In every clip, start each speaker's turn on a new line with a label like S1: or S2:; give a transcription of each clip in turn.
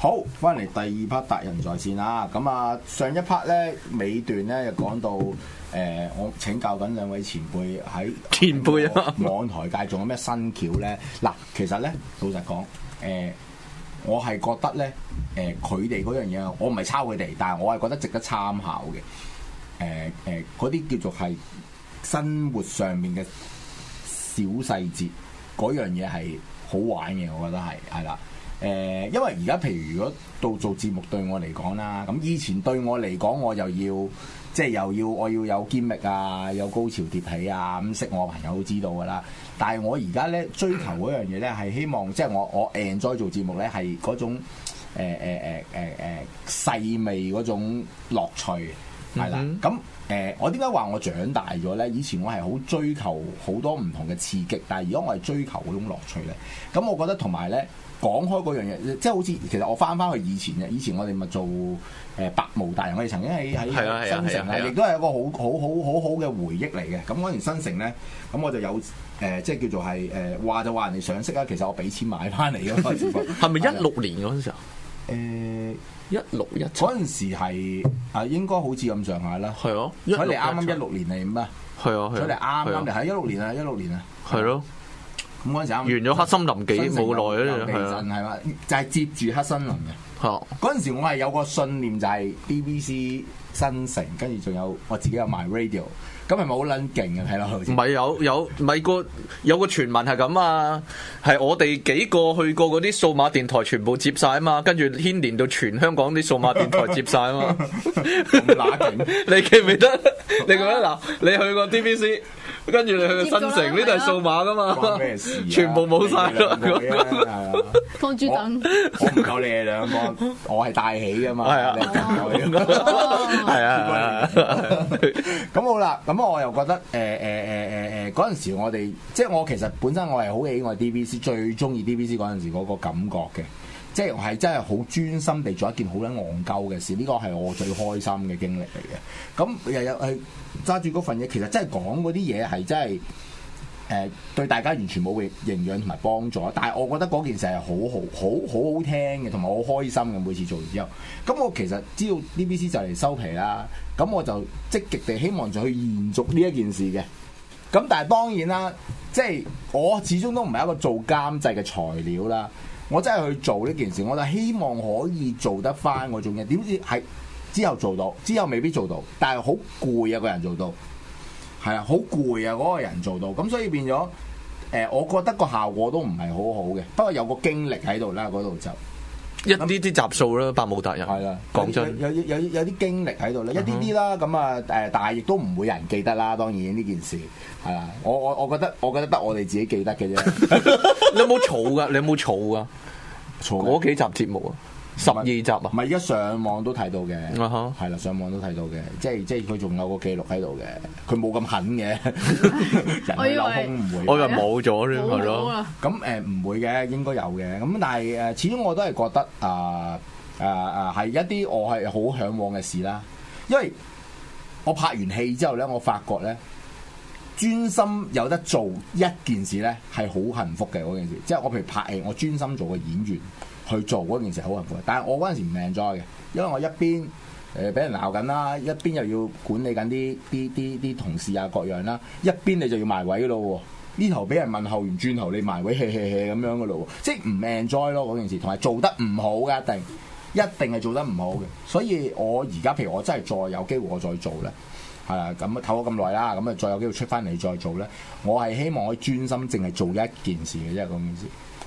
S1: 好，翻嚟第二 part 達仁在線啦。咁啊，上一 part 咧尾段咧就講到誒、呃我請教緊兩位前輩喺呃
S2: 前輩啊
S1: 網台界仲有咩新橋咧？嗱，其實咧老實講，誒、我係覺得咧，誒佢哋嗰樣嘢，我唔係抄佢哋，但係我係覺得值得參考嘅。誒、誒，嗰啲叫做係生活上面嘅小細節，嗰樣嘢係好玩嘅，我覺得係係啦。誒、因為而家譬如如果到做節目對我嚟講啦，咁以前對我嚟講，我又要即係又要我要有堅力啊，有高潮迭起啊，咁識我朋友都知道噶啦。但係我而家咧追求嗰樣嘢咧，係希望即係我我 enjoy 做節目咧，係嗰種誒誒誒誒誒呃細味嗰種樂趣，係啦。
S2: 嗯
S1: 咁誒、我點解話我長大咗咧？以前我係好追求好多唔同嘅刺激，但係而家我係追求嗰種樂趣咧。咁我覺得同埋咧。講開嗰樣嘢，即係好似其實我翻翻去以前嘅，以前我哋咪做誒、白毛大人，我哋曾經喺喺
S2: 係啊係啊
S1: 新城
S2: 係啊係啊
S1: 亦都係一個好好好好好嘅回憶嚟嘅。咁嗰年新城咧，咁我就有誒、呃即係叫做係誒話就話人哋上色啦，其實我俾錢買翻嚟嘅嗰陣時
S2: 係咪一六年嗰陣時候？啊
S1: 誒
S2: 一六一七
S1: 嗰陣時係啊，應該好似咁上下啦。
S2: 係咯，
S1: 所以你啱啱
S2: 七
S1: 一六年嚟咩？
S2: 係啊
S1: 所以你
S2: 係啊，
S1: 啱啱嚟
S2: 係啊
S1: 喺一六年啊，一六年啊。
S2: 係咯，
S1: 咁嗰陣時啱
S2: 完咗黑森林
S1: 新
S2: 幾
S1: 城
S2: 冇耐
S1: 有
S2: 咧，
S1: 地
S2: 係啊
S1: 震係嘛？就係接住黑森林嘅。
S2: 嚇
S1: 嗰陣時我係有個信念就係 BBC 新城，跟住仲有我自己有埋 radio，咁係咪好撚勁啊？睇落去
S2: 唔係有有咪個有個傳聞係咁啊，係我哋幾個去過嗰啲數碼電台全部接晒啊嘛，跟住牽連到全香港啲數碼電台接晒啊嘛，
S1: 咁乸勁，
S2: 你記唔記得？你記唔記得嗱？你去過 DBC，跟住你去過新城，呢度係數碼噶
S1: 關
S2: 嘛
S1: 咩事啊？，
S2: 全部冇晒啦
S1: 你。哋兩個啫係啊
S3: 放豬等。
S1: 我唔夠你哋兩個，我係帶起噶嘛，
S2: 係啊
S1: 你係帶我㗎嘛
S2: 係啊，係啊
S1: 咁好啦，咁我又覺得誒誒誒誒誒嗰陣時我哋即係我其實本身我係好喜愛 DBC，最中意 DBC 嗰陣時嗰個感覺嘅。即係我係真係好專心地做一件好撚戇鳩嘅事，呢個係我最開心嘅經歷嚟嘅。咁日日係揸住嗰份嘢，其實真係講嗰啲嘢係真係誒、呃對大家完全冇營營養同埋幫助，但係我覺得嗰件事係好好好好好聽嘅，同埋好開心嘅每次做完之後。咁我其實知道 DBC 就嚟收皮啦，咁我就積極地希望就去延續呢一件事嘅。咁但係當然啦，即係我始終都唔係一個做監製嘅材料啦。我真係去做呢件事，我就希望可以做得翻嗰種嘢。點知係之後做到，之後未必做到，但係好攰啊！個人做到係啊，好攰啊！嗰、個人做到，咁所以變咗誒、呃我覺得個效果都唔係好好嘅。不過有個經歷喺度啦，嗰度就。
S2: 一啲啲集數啦，百無達人。
S1: 係啦，
S2: 啊講真，嗯
S1: 有有有有啲經歷喺度咧，一啲啲啦，咁啊誒，但係亦都唔會有人記得啦。當然呢件事係啦，我我我覺得我覺得得我哋自己記得嘅啫。
S2: 你有冇儲噶？你有冇儲噶？嗰
S1: 錯
S2: 幾集節目啊，十二集啊
S1: 唔，係而家上網都睇到嘅，
S2: 啊哈
S1: 係啦，上網都睇到嘅，即係即係佢仲有個記錄喺度嘅，佢冇咁狠 嘅，
S3: 我以
S1: 人有
S3: 為
S1: 空唔
S2: 我
S1: 會。
S2: 以為冇咗添，係
S3: 冇咗啊
S2: 咯。
S3: 啦，
S1: 咁誒唔會嘅，應該有嘅。咁但係誒，始終我都係覺得啊啊啊係一啲我係好向往嘅事啦。因為我拍完戲之後咧，我發覺咧專心有得做一件事咧係好幸福嘅嗰件事。即係我譬如拍戲，我專心做個演員去做嗰件事係好幸福嘅。但係我嗰陣時唔 enjoy 嘅，因為我一邊誒俾人鬧緊啦，一邊又要管理緊啲啲啲啲同事啊各樣啦，一邊你就要埋位咯喎。呢頭俾人問候完，轉頭你埋位 hea hea hea 咁樣噶咯喎，即係唔 enjoy 咯嗰件事，同埋做得唔好嘅一定，一定係做得唔好嘅。所以我而家譬如我真係再有機會我再做咧，係啦，咁唞咗咁耐啦，咁啊再有機會出翻嚟再做咧，我係希望我專心淨係做一件事嘅啫嗰件事。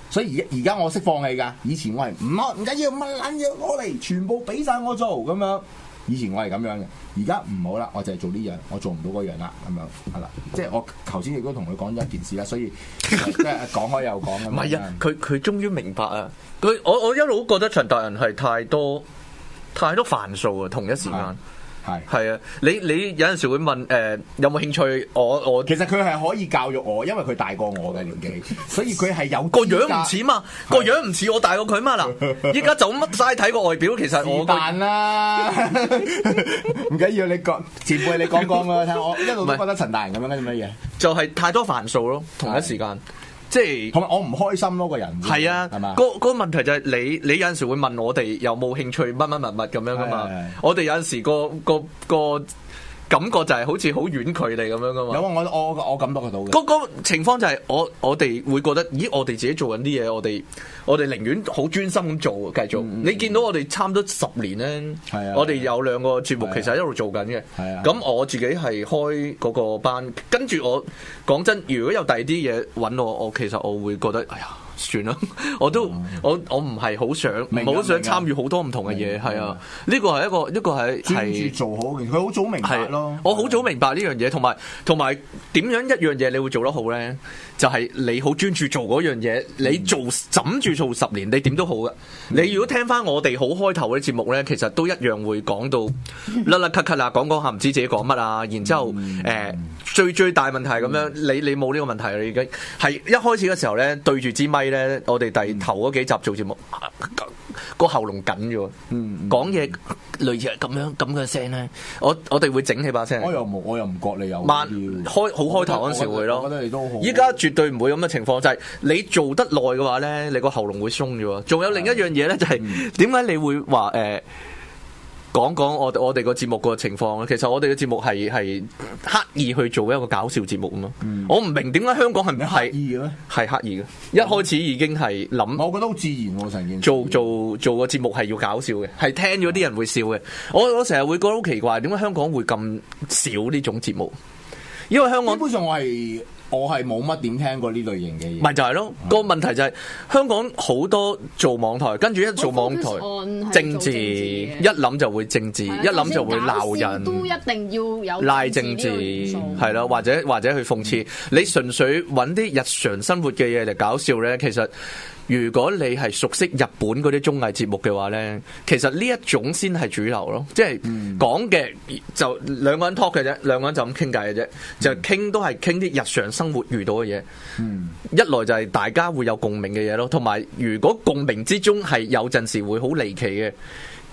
S1: 所以而而家我識放棄㗎，以前我係唔好唔緊要，乜撚嘢攞嚟，全部俾晒我做咁樣。以前我係咁樣嘅，而家唔好啦，我就係做呢樣，我做唔到嗰樣啦，咁樣係啦。即係我頭先亦都同佢講咗一件事啦，所以 即係講開又講咁樣。
S2: 唔係啊，佢佢終於明白啊！佢我我一路都覺得陳達人係太多太多煩數啊，同一時間
S1: 係。係。
S2: 係啊，你你有陣時會問誒、呃有冇興趣？我我
S1: 其實佢係可以教育我，因為佢大過我嘅年紀，所以佢係有
S2: 個
S1: 個
S2: 樣唔似嘛，個樣唔似我大過佢 嘛嗱。依家就乜齋睇個外表，其實我
S1: 是
S2: 個
S1: 但啦， 唔緊要，你講前輩你講講 啊，睇下我一路都覺得陳大人咁樣嘅做乜嘢，
S2: 就係太多煩數咯，同一時間即係。
S1: 同埋我唔開心咯個人，
S2: 係啊，
S1: 係嘛，
S2: 嗰嗰個問題就係你，你有陣時會問我哋有冇興趣乜乜乜乜咁樣噶嘛
S1: 係係係？
S2: 我哋有陣時個個個感覺就係好似好遠距離咁樣噶嘛
S1: 有。啊，我我我我感覺得到嘅，
S2: 嗰個情況就係我我哋會覺得，咦？我哋自己做緊啲嘢，我哋我哋寧願好專心咁做，繼續。你見到我哋差唔多十年咧，
S1: 嗯係啊
S2: 我哋有兩個節目
S1: 係啊
S2: 其實一路做緊嘅。
S1: 係啊
S2: 咁我自己係開嗰個班，跟住我講真，如果有第二啲嘢揾我，我其實我會覺得，哎呀，算啦， 我都我我唔係好想，
S1: 嗯明
S2: 唔
S1: 啊
S2: 好想
S1: 明啊
S2: 參與好多唔同嘅嘢，
S1: 明啊
S2: 係
S1: 明
S2: 啊
S1: 啊，
S2: 呢個係一個呢個
S1: 專
S2: 係
S1: 注
S2: 係。
S1: 做好嘅，佢好早明白
S2: 係
S1: 咯，
S2: 我好早明白呢樣嘢，同埋同埋點樣一樣嘢你會做得好咧？就係、你好專注做嗰樣嘢，你
S1: 嗯
S2: 做枕住做十年，你點都好噶。你如果聽翻我哋好開頭嗰啲節目咧，其實都一樣會講到甩甩咳咳啦，講講下唔知自己講乜啊，然之後誒、
S1: 嗯
S2: 呃最最大問題係咁樣，你你冇呢個問題啦已經係一開始嘅時候咧，對住支咪咧，我哋第頭嗰幾集做節目。啊個喉嚨緊咗，
S1: 嗯
S2: 講嘢類似係咁樣咁嘅聲咧，我我哋會整起把聲。
S1: 我又冇，我又唔覺你有
S2: 慢
S1: 呢
S2: 開
S1: 啲
S2: 好開頭嗰陣時會
S1: 我
S2: 咯
S1: 覺得你都好，，
S2: 依家絕對唔會咁嘅情況，就係、你做得耐嘅話咧，你個喉嚨會鬆咗喎。仲有另一樣嘢咧，就
S1: 嗯
S2: 係點解你會話誒、呃、講講我我哋個節目個情況咧？其實我哋嘅節目係係刻意去做一個搞笑節目啊嘛。我唔明點解香港係唔
S1: 嗯你刻
S2: 係
S1: 意嘅咩？
S2: 係刻意嘅，一開始已經係諗。
S1: 我覺得好自然喎，成件事
S2: 做做做個節目係要搞笑嘅，係聽咗啲人會笑嘅。我我成日會覺得好奇怪，點解香港會咁少呢種節目？因為香
S1: 基
S2: 港
S1: 本上我係我係冇乜點聽過呢類型嘅嘢。
S2: 咪就係咯，個問題就係香港好多做網台，跟住一做網台
S3: 好 focus on 哦係做
S2: 政
S3: 政
S2: 治，
S3: 治
S2: 一
S3: 嘅
S2: 諗就會政治，一
S3: 係啦
S2: 諗就會鬧
S3: 就算搞笑都
S2: 人。
S3: 一定要有
S2: 拉政治
S3: 呢個元素
S2: 係啦，或者或者去諷刺，你純粹揾啲日常生活嘅嘢嚟搞笑呢。其實如果你係熟悉日本嗰啲綜藝節目嘅話呢，其實呢一種先係主流咯，即係講嘅就兩個人 talk 嘅啫，兩個人就咁傾偈嘅啫，就傾都係傾啲日常生活遇到嘅嘢。
S1: 嗯
S2: 一來就係大家會有共鳴嘅嘢咯，同埋如果共鳴之中係有陣時會好離奇嘅，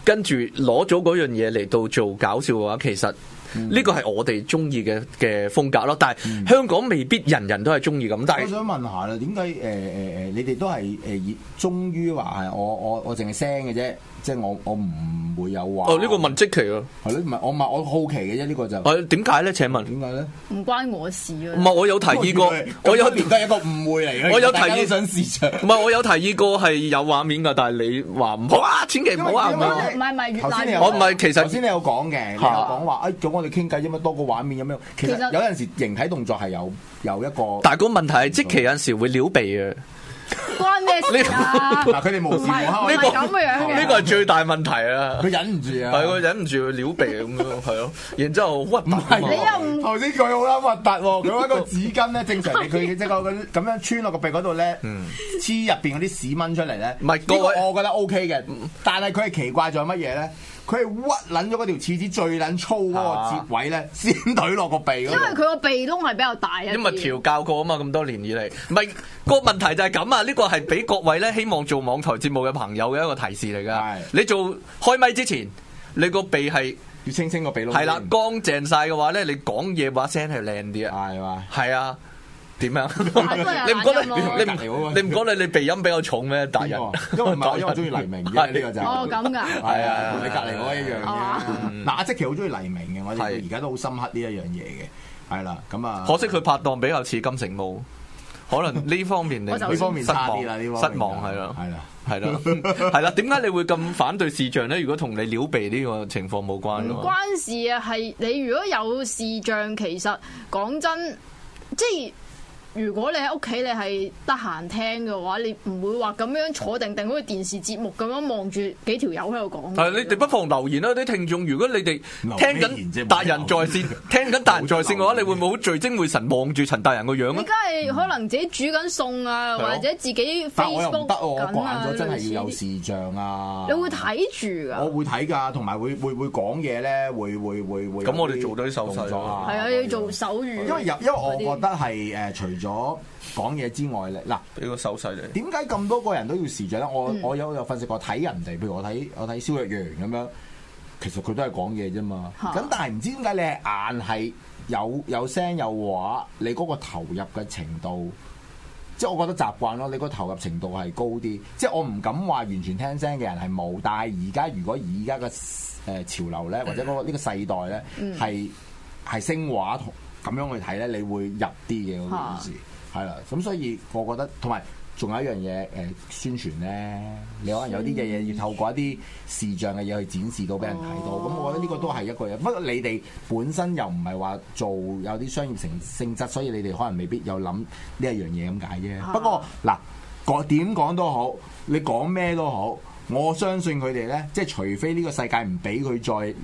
S2: 跟住攞咗嗰樣嘢嚟到做搞笑嘅話，其實呢個係我哋中意嘅嘅風格咯。但係香港未必人人都係中意咁，但
S1: 我
S2: 係
S1: 想問下啦，點解誒誒誒，你哋都係誒、以終於話係我我我淨係聲嘅啫，即係我我唔會有話。
S2: 哦呢個問即奇咯，
S1: 係咯，唔係我唔係我好奇嘅啫，呢、個就
S2: 係點解咧？請問
S1: 點解咧？
S3: 唔關我事啊
S2: 唔係我有提議過，我有
S1: 咁多年都係一個誤會嚟嘅。
S2: 我有
S1: 大家都
S2: 提議
S1: 想試場。
S2: 唔係我有提議過係有畫面㗎，但係你話唔好啊，千祈唔好啊，
S1: 因
S2: 唔
S1: 為
S2: 好
S1: 因為
S2: 啊
S3: 唔係唔係越
S1: 頭先你有講
S3: 鬧
S2: 我唔係其實
S1: 頭先你有講嘅，你有講話誒，咁我哋傾偈啫嘛，多個畫面咁樣。其
S3: 其
S1: 實
S3: 實
S1: 有陣時形體動作係有有一個，
S2: 但係個問題係即奇有陣時會撩鼻嘅。
S3: 關咩事啊？
S1: 嗱佢哋無時無刻
S3: 唔
S2: 呢
S3: 係
S2: 個
S3: 咁樣嘅
S2: 呢個係最大問題啊！
S1: 佢忍唔住啊。
S2: 係佢忍唔住會撩鼻啊咁樣，係咯，然之後屈
S1: 唔係喎，
S3: 你又唔
S1: 頭先佢好啦核突喎，佢揾個紙巾咧，正常嚟佢即係個咁樣穿落個鼻嗰度咧，黐入邊嗰啲屎蚊出嚟咧。
S2: 嗯唔係
S1: 呢
S2: 各
S1: 個
S2: 位
S1: 我覺得 O K 嘅，但係佢係奇怪在乜嘢咧？佢係屈撚咗嗰條廁紙最撚粗嗰
S2: 啊
S1: 個折位咧，先懟落個鼻嗰
S3: 因為佢
S1: 度。
S3: 個鼻窿係比較大一啲
S2: 因為調教過啊嘛，咁多年以嚟，唔係個問題就係咁啊！呢個係俾各位咧，希望做網台節目嘅朋友嘅一個提示嚟㗎
S1: 係。
S2: 你做開咪之前，你個鼻係
S1: 要清清個鼻窿。
S2: 係啦，乾淨晒嘅話咧，你講嘢把聲係靚啲啊。
S1: 係嘛？
S2: 係啊，點啊？
S3: 係
S2: 你唔覺得
S3: 懶音咯
S2: 你唔你唔覺得你鼻音比較重咩？大
S1: 因
S2: 人
S1: 為，啊因 為唔係因為我中意黎明嘅呢個就係
S3: 哦咁㗎。
S1: 係啊，
S2: 係
S1: 同你隔離嗰一樣
S3: 係啊
S1: 嘅。嗱，阿即其好中意黎明嘅，我哋
S2: 係
S1: 而家都好深刻呢一樣嘢嘅。係啦，咁啊，
S2: 可惜佢拍檔比較似金城武，可能呢方面你
S3: 我就
S1: 呢方面
S2: 失
S1: 差
S2: 望
S1: 啲啦，呢方面
S2: 失望係啦。
S1: 係啦。
S2: 係啦， 係啦，點解你會咁反對視像咧？如果同你撩鼻呢個情況冇關嘅
S3: 唔
S2: 話，
S3: 關事啊，係你如果有視像，其實講真，即係如果你喺屋企你係得閒聽嘅話，你唔會話咁樣坐定定好似電視節目咁樣望住幾條友喺度講。
S2: 係你哋不妨留言啦，啲聽眾。如果你哋
S4: 留
S2: 聽
S4: 咩言啫
S2: 緊
S4: 冇
S2: 達人在
S4: 留
S2: 線， 聽緊達人在線嘅話，你會唔會好聚精會神望住陳達人個樣啊
S3: 你
S2: 咧
S3: 梗？係可能自己煮緊餸啊，
S2: 係咯
S3: 或者自己
S1: 但我又唔
S3: Facebook
S1: 得喎，我
S3: 緊
S1: 慣
S3: 啊，
S1: 咗真係要有
S3: 類似
S1: 視像啊。
S3: 啲你會睇住
S1: 我
S3: 㗎。
S1: 會睇㗎，同埋會會會講嘢咧，會會會會有啲動作啊。
S2: 咁我哋做到啲手勢咯
S3: 係啊，要做手語。
S1: 因為入，因為我覺得係誒，除咗講嘢之外咧，嗱，
S2: 俾個手勢你。
S1: 點解咁多個人都要視像咧？我我有有分析過睇人哋，譬如我睇我睇蕭若元咁樣，其實佢都係講嘢啫嘛。
S3: 嚇
S1: 咁但係唔知點解你係硬係有有聲有畫，你嗰個投入嘅程度。即係我覺得習慣咯，你個投入程度係高啲。即係我唔敢話完全聽聲嘅人係冇，但係而家如果而家嘅誒潮流咧，或者嗰個呢個世代咧，係係聲畫同咁樣去睇咧，你會入啲嘅嗰件事係啦。咁所以我覺得同埋。仲有一樣嘢誒、宣傳咧，你可能有啲嘅嘢要透過一啲視像嘅嘢去展示到俾人睇到，咁、我覺得呢個都係一個嘢。不過你哋本身又唔係話做有啲商業性性質，所以你哋可能未必有諗呢一樣嘢咁解啫。不過嗱，講點講都好，你講咩都好，我相信佢哋咧，即係除非呢個世界唔俾佢再。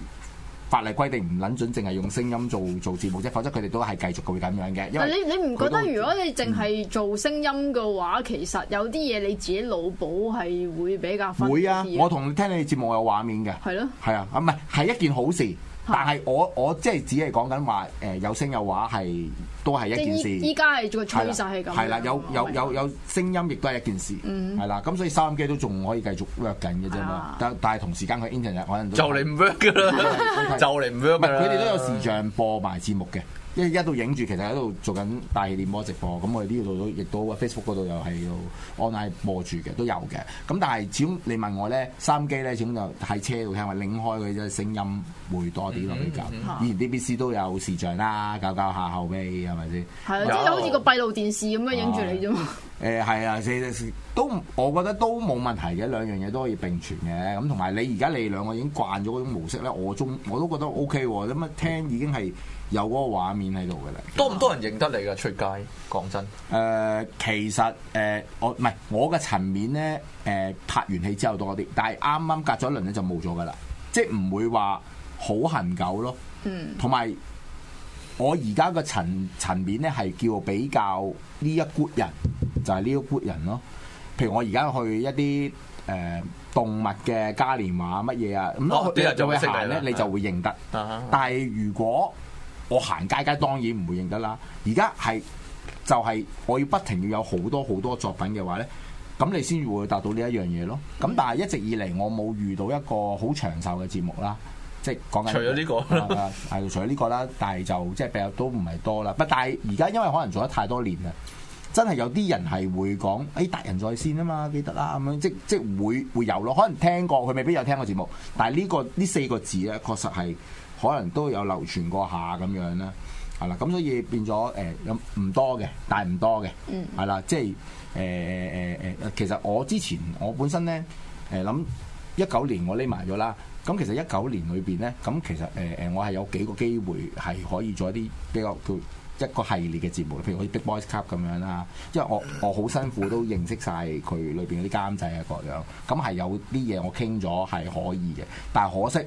S1: 法例規定唔撚準，淨係用聲音做做節目啫，否則佢哋都係繼續會咁樣嘅。因
S3: 但
S1: 為
S3: 你你唔覺
S1: 佢都
S3: 得如果你淨
S1: 嗯
S3: 係做聲音嘅話，其實有啲嘢你自己腦補係會比較分
S1: 會啊
S3: 啲，嘅
S1: 我同聽你節目有畫面嘅，
S3: 係咯
S1: 係啊，啊唔係係一件好事，但係我我即係只係講緊話誒有聲有畫係都係一
S3: 即係
S1: 件
S3: 依依
S1: 事。
S3: 家係個
S1: 係
S3: 趨
S1: 啦
S3: 勢係咁樣。
S1: 係啦，有有有有聲音，亦都係一件事，係啦，咁所以收音機都仲可以繼續 work 緊嘅啫嘛
S3: 啊。
S1: 但但係同時間佢 internet 可能都
S2: 就嚟唔 work 噶啦，就嚟唔 work
S1: 唔
S2: 噶
S1: 係
S2: 啦。
S1: 佢哋都有視像播埋節目嘅，因為一度影住，其實喺度做緊大氣電波直播，咁我哋呢度都亦都 Facebook 嗰度又係度 online 播住嘅，都有嘅。咁但係始終你問我咧，收音機咧始終就喺車度聽，或拎開佢嘅聲音會多啲咯比較。以前 DBC 都有視像啦，搞搞下後尾係咪先？
S3: 係啊，即係好似個閉路電視咁樣影住你啫嘛。
S1: 誒係啊，四四都我覺得都冇問題嘅，兩樣嘢都可以並存嘅。咁同埋你而家你兩個已經慣咗嗰種模式咧，我中我都覺得 O K 喎。咁啊聽已經係有嗰個畫面喺度嘅啦。
S2: 多唔多人認得你噶？出街講真，
S1: 誒、呃其實誒、我唔係我嘅層面咧，誒、拍完戲之後多啲，但係啱啱隔咗一輪咧就冇咗噶啦，即係唔會話好恒久咯。
S3: 嗯，
S1: 同埋我而家嘅層層面咧係叫比較呢一 group 人，就係呢一 group 人咯。譬如我而家去一啲誒、呃、動物嘅嘉年華乜嘢啊，咁
S2: 哦
S1: 我
S2: 啲人就會
S1: 會
S2: 識你啦
S1: 行咧，你就會認得。
S2: 啊
S1: 但係如果我行街街當然唔會認得啦。而家係就係、我要不停要有好多好多作品嘅話咧。咁你先會達到呢一樣嘢咯。咁但係一直以嚟我冇遇到一個好長壽嘅節目啦，即係講緊
S2: 除 咗呢個
S1: 係啊係除咗呢個啦，但係就即係比較都唔係多啦。不，但係而家因為可能做得太多年啦，真係有啲人係會講，誒、達人在線啊嘛，記得啦咁樣，即即會會有咯。可能聽過，佢未必有聽過節目，但係呢、個呢四個字咧，確實係可能都有流傳過下咁樣啦。係啦，咁所以變咗誒有唔多嘅，但係唔多嘅，係啦、即係誒誒誒誒，其實我之前我本身咧誒諗一九年我匿埋咗啦，咁其實一九年裏邊咧，咁其實誒誒、我係有幾個機會係可以做一啲比較叫。一個系列嘅節目，譬如好似 Big Boys Club 咁樣啦，因為我我好辛苦都認識晒佢裏邊嗰啲監製啊各樣，咁係有啲嘢我傾咗係可以嘅，但係可惜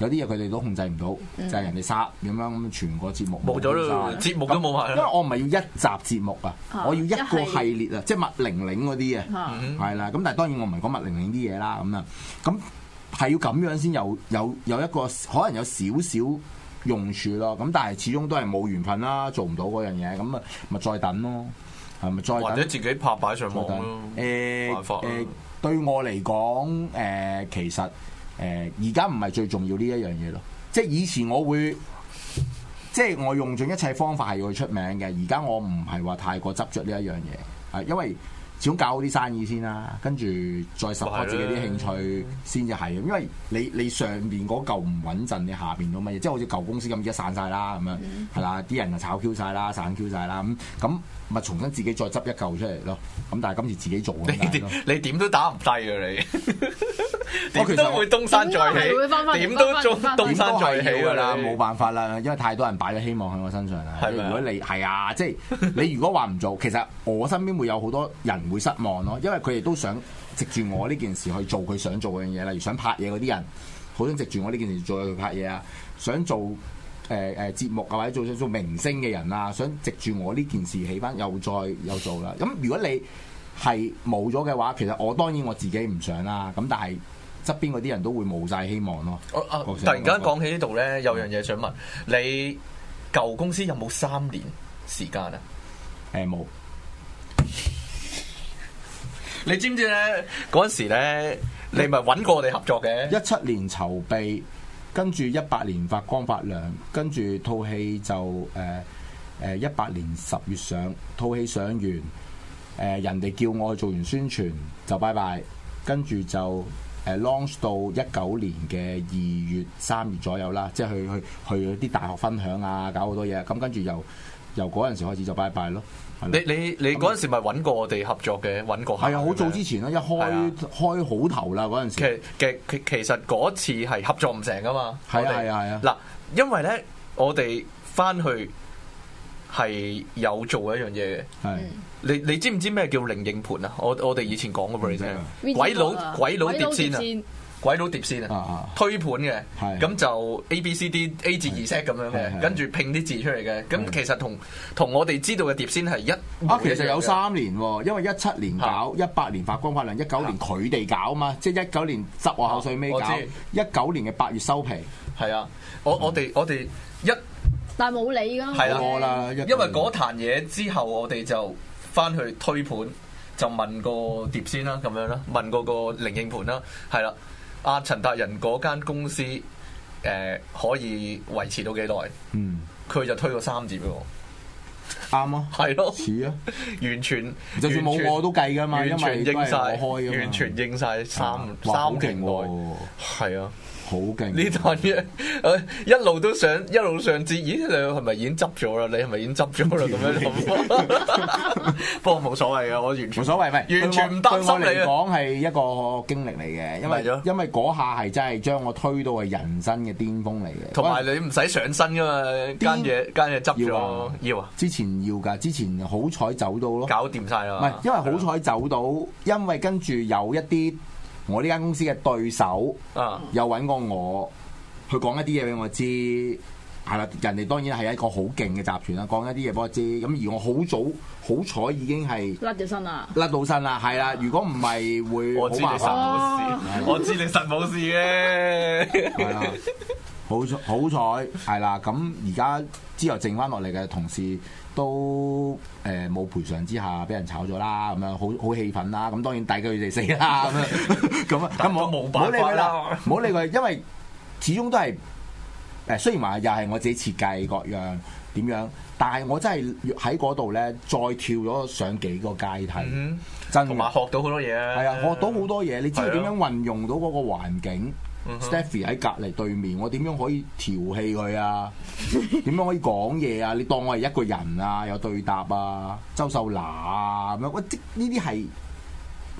S1: 有啲嘢佢哋都控制唔到，就係
S3: 嗯
S1: 人哋殺咁樣咁全個節目
S2: 冇咗啦
S1: 晒
S2: 節目都冇埋啦
S1: 因為我唔係要一集節目啊，
S3: 啊
S1: 我要一個
S3: 一系
S1: 系列啊，即係麥玲玲嗰啲啊，
S2: 嗯
S3: 嚇
S1: 係啦。咁但係當然我唔係講麥玲玲啲嘢啦，咁啊，咁係要咁樣先有有有一個可能有少少用處咯。咁但係始終都係冇緣分啦，做唔到嗰樣嘢，咁啊咪再等咯，係咪再
S2: 或
S1: 等
S2: 者？自己拍擺上網
S1: 我等
S2: 咯。
S1: 誒
S2: 辦法啦
S1: 誒，對我嚟講誒，其實誒而家唔係最重要呢一樣嘢咯，即係以前我會。即係我用盡一切方法係要去出名嘅，而家我唔係話太過執着呢一樣嘢，啊係因為始終搞好啲生意先啦，跟住再 support 自己啲興趣先至係，因為你你上邊嗰嚿唔穩陣，你下邊到乜嘢，即係好似舊公司咁而家散晒啦咁樣，係啦，啲人就炒 Q 晒啦，散 Q 晒啦，咁咁咪重新自己再執一 嚿出嚟咯，咁但係今次自己做咁
S2: 你
S1: 解
S2: 點
S1: 咯。
S2: 你點都打唔低啊！你
S1: 我其實
S2: 點都會東山再起
S3: 點都係會翻，返嚟
S2: 點都中
S3: 翻返嚟
S2: 東山再起
S1: 㗎
S2: 㗎啦，
S1: 啦，
S2: 冇
S1: 冇
S2: 辦
S1: 辦法啦，因為太多人擺咗希望喺我身上啦。
S2: 係咪啊
S1: 如果你係啊，即係 你如果話唔做，其實我身邊會有好多人會失望咯，因為佢哋都想藉住我呢件事去做佢想做嗰樣嘢，例如想拍嘢嗰啲人，好想藉住我呢件事做去拍嘢啊，想做。誒誒節目啊，或者做做明星嘅人啊，想藉住我呢件事起翻，又再又做啦。咁如果你係冇咗嘅話，其實我當然我自己唔想啦。咁但係側邊嗰啲人都會冇晒希望咯。
S2: 我啊
S1: 我想
S2: 突然間
S1: 講
S2: 講起呢度咧，有樣嘢想問你舊公司有冇三年時間啊？
S1: 誒冇。
S2: 你知唔知咧？嗰陣時咧，你咪揾過我哋合作嘅。
S1: 一七年籌備，跟住一八年發光發亮，跟住套戲就誒誒一八年十月上，套戲上完，誒、人哋叫我去做完宣傳就拜拜，跟住就誒、launch 到一九年嘅二月三月左右啦，即係去去去啲大學分享啊，搞好多嘢，咁跟住由由嗰陣時開始就拜拜咯，係
S2: 你
S1: 咯
S2: 你你嗰陣時咪揾過我哋合作嘅，揾過
S1: 係啊，好早之
S2: 前。
S1: 前啦，一
S2: 係啊
S1: 開開好頭啦嗰陣
S2: 其
S1: 時，
S2: 其其其實嗰次係合作唔成噶嘛。
S1: 係啊
S2: 我哋
S1: 係啊係啊
S2: 嗱，因為咧，我哋翻去係有做一樣嘢嘅。
S1: 係
S2: 你你知唔知咩叫靈應盤啊？我我哋以前講過俾你
S1: 唔知啊
S2: 聽，鬼佬鬼佬碟仙啊，鬼佬碟仙
S1: 啊
S2: 啊。
S1: 啊
S2: 推盤嘅，
S1: 係
S2: 咁就 A、B、C、D、A 字二 set 咁樣
S1: 係係
S2: 嘅，跟住拼啲字出嚟嘅，咁
S1: 係
S2: 其實同同我哋知道嘅碟仙係一
S1: 啊，
S2: 模
S1: 其
S2: 一樣
S1: 實有
S2: 嘅
S1: 三年喎，因為一七年搞，一八年發光發亮，一九年佢哋搞啊嘛，即係一九年執我口水尾
S2: 我
S1: 搞，
S2: 知
S1: 一九年嘅八月收皮，
S2: 係啊，我我哋我哋一
S3: 但係冇理㗎嘛
S2: 係啦
S1: 多啦，因
S2: 因為嗰壇嘢之後，我哋就翻去推盤，就問個碟先啦，咁樣啦，問個個靈應盤啦，係啦，阿陳達仁嗰間公司誒、呃可以維持到幾耐？
S1: 嗯
S2: 佢就推個三字俾我，
S1: 啱啊，
S2: 係咯，
S1: 似啊，
S2: 完全
S1: 就算冇我都計噶嘛，因
S2: 完全
S1: 為都
S2: 應晒，
S1: 係我開噶嘛，
S2: 完全應晒三
S1: 啊哇好
S2: 三
S1: 勁
S2: 年內，
S1: 喎，
S2: 係啊。
S1: 好勁
S2: 呢單嘢， 誒一路都想一路上至，咦？你係咪已經執咗啦？你係咪已經執咗啦？咁樣 諗，不過冇所謂嘅，我完全
S1: 冇所謂，啊咪
S2: 完全唔擔心你
S1: 對
S2: 啊！
S1: 我嚟講係一個經歷嚟嘅，因
S2: 咪
S1: 為
S2: 咗
S1: 因為嗰下係真係將我推到係人生嘅巔峰嚟嘅，
S2: 同埋你唔使上身噶嘛，間嘢間嘢執
S1: 要
S2: 咗
S1: 啊，
S2: 要啊，
S1: 之前要㗎，之前好彩走到咯。
S2: 搞掂晒
S1: 唔
S2: 啦。
S1: 係，因為好彩走到，因為跟住有一啲我呢間公司嘅對手
S2: 彩啊，
S1: 又揾過我，佢講一啲嘢俾我知，係啦，人哋當然係一個好勁嘅集團啦，講一啲嘢俾我知，咁而我好早好彩已經係
S3: 甩咗身啊啦。
S1: 甩到身啦，係啦，如果唔係會
S2: 我知你
S1: 好麻
S2: 實
S1: 煩，啊
S2: 冇事，我知你實冇事嘅。
S1: 係啦，好彩好彩係啦，咁而家之後剩翻落嚟嘅同事都誒冇、賠償之下俾人炒咗啦，咁樣好好氣憤啦，咁當然抵佢哋死啦，咁樣 咁啊，咁我
S2: 冇
S1: 唔好
S2: 辦
S1: 理佢
S2: 法
S1: 啦
S2: 啦，
S1: 唔好理佢，因為始終都係誒，雖然話又係我自己設計各樣點樣，但係我真係喺嗰度咧再跳咗上幾個階梯，
S2: 嗯
S1: 真
S2: 同
S1: 嘅
S2: 埋學到好多嘢啊，
S1: 係啊，學到好多嘢，你知道
S2: 係啊
S1: 點樣運用到嗰個環境。
S2: 嗯哼
S1: Stephy 喺隔離對面，我點樣可以調戲佢 啊？點樣可以講嘢啊？你當我係一個人啊？有對答啊？周秀娜啊咁樣，喂，即呢啲係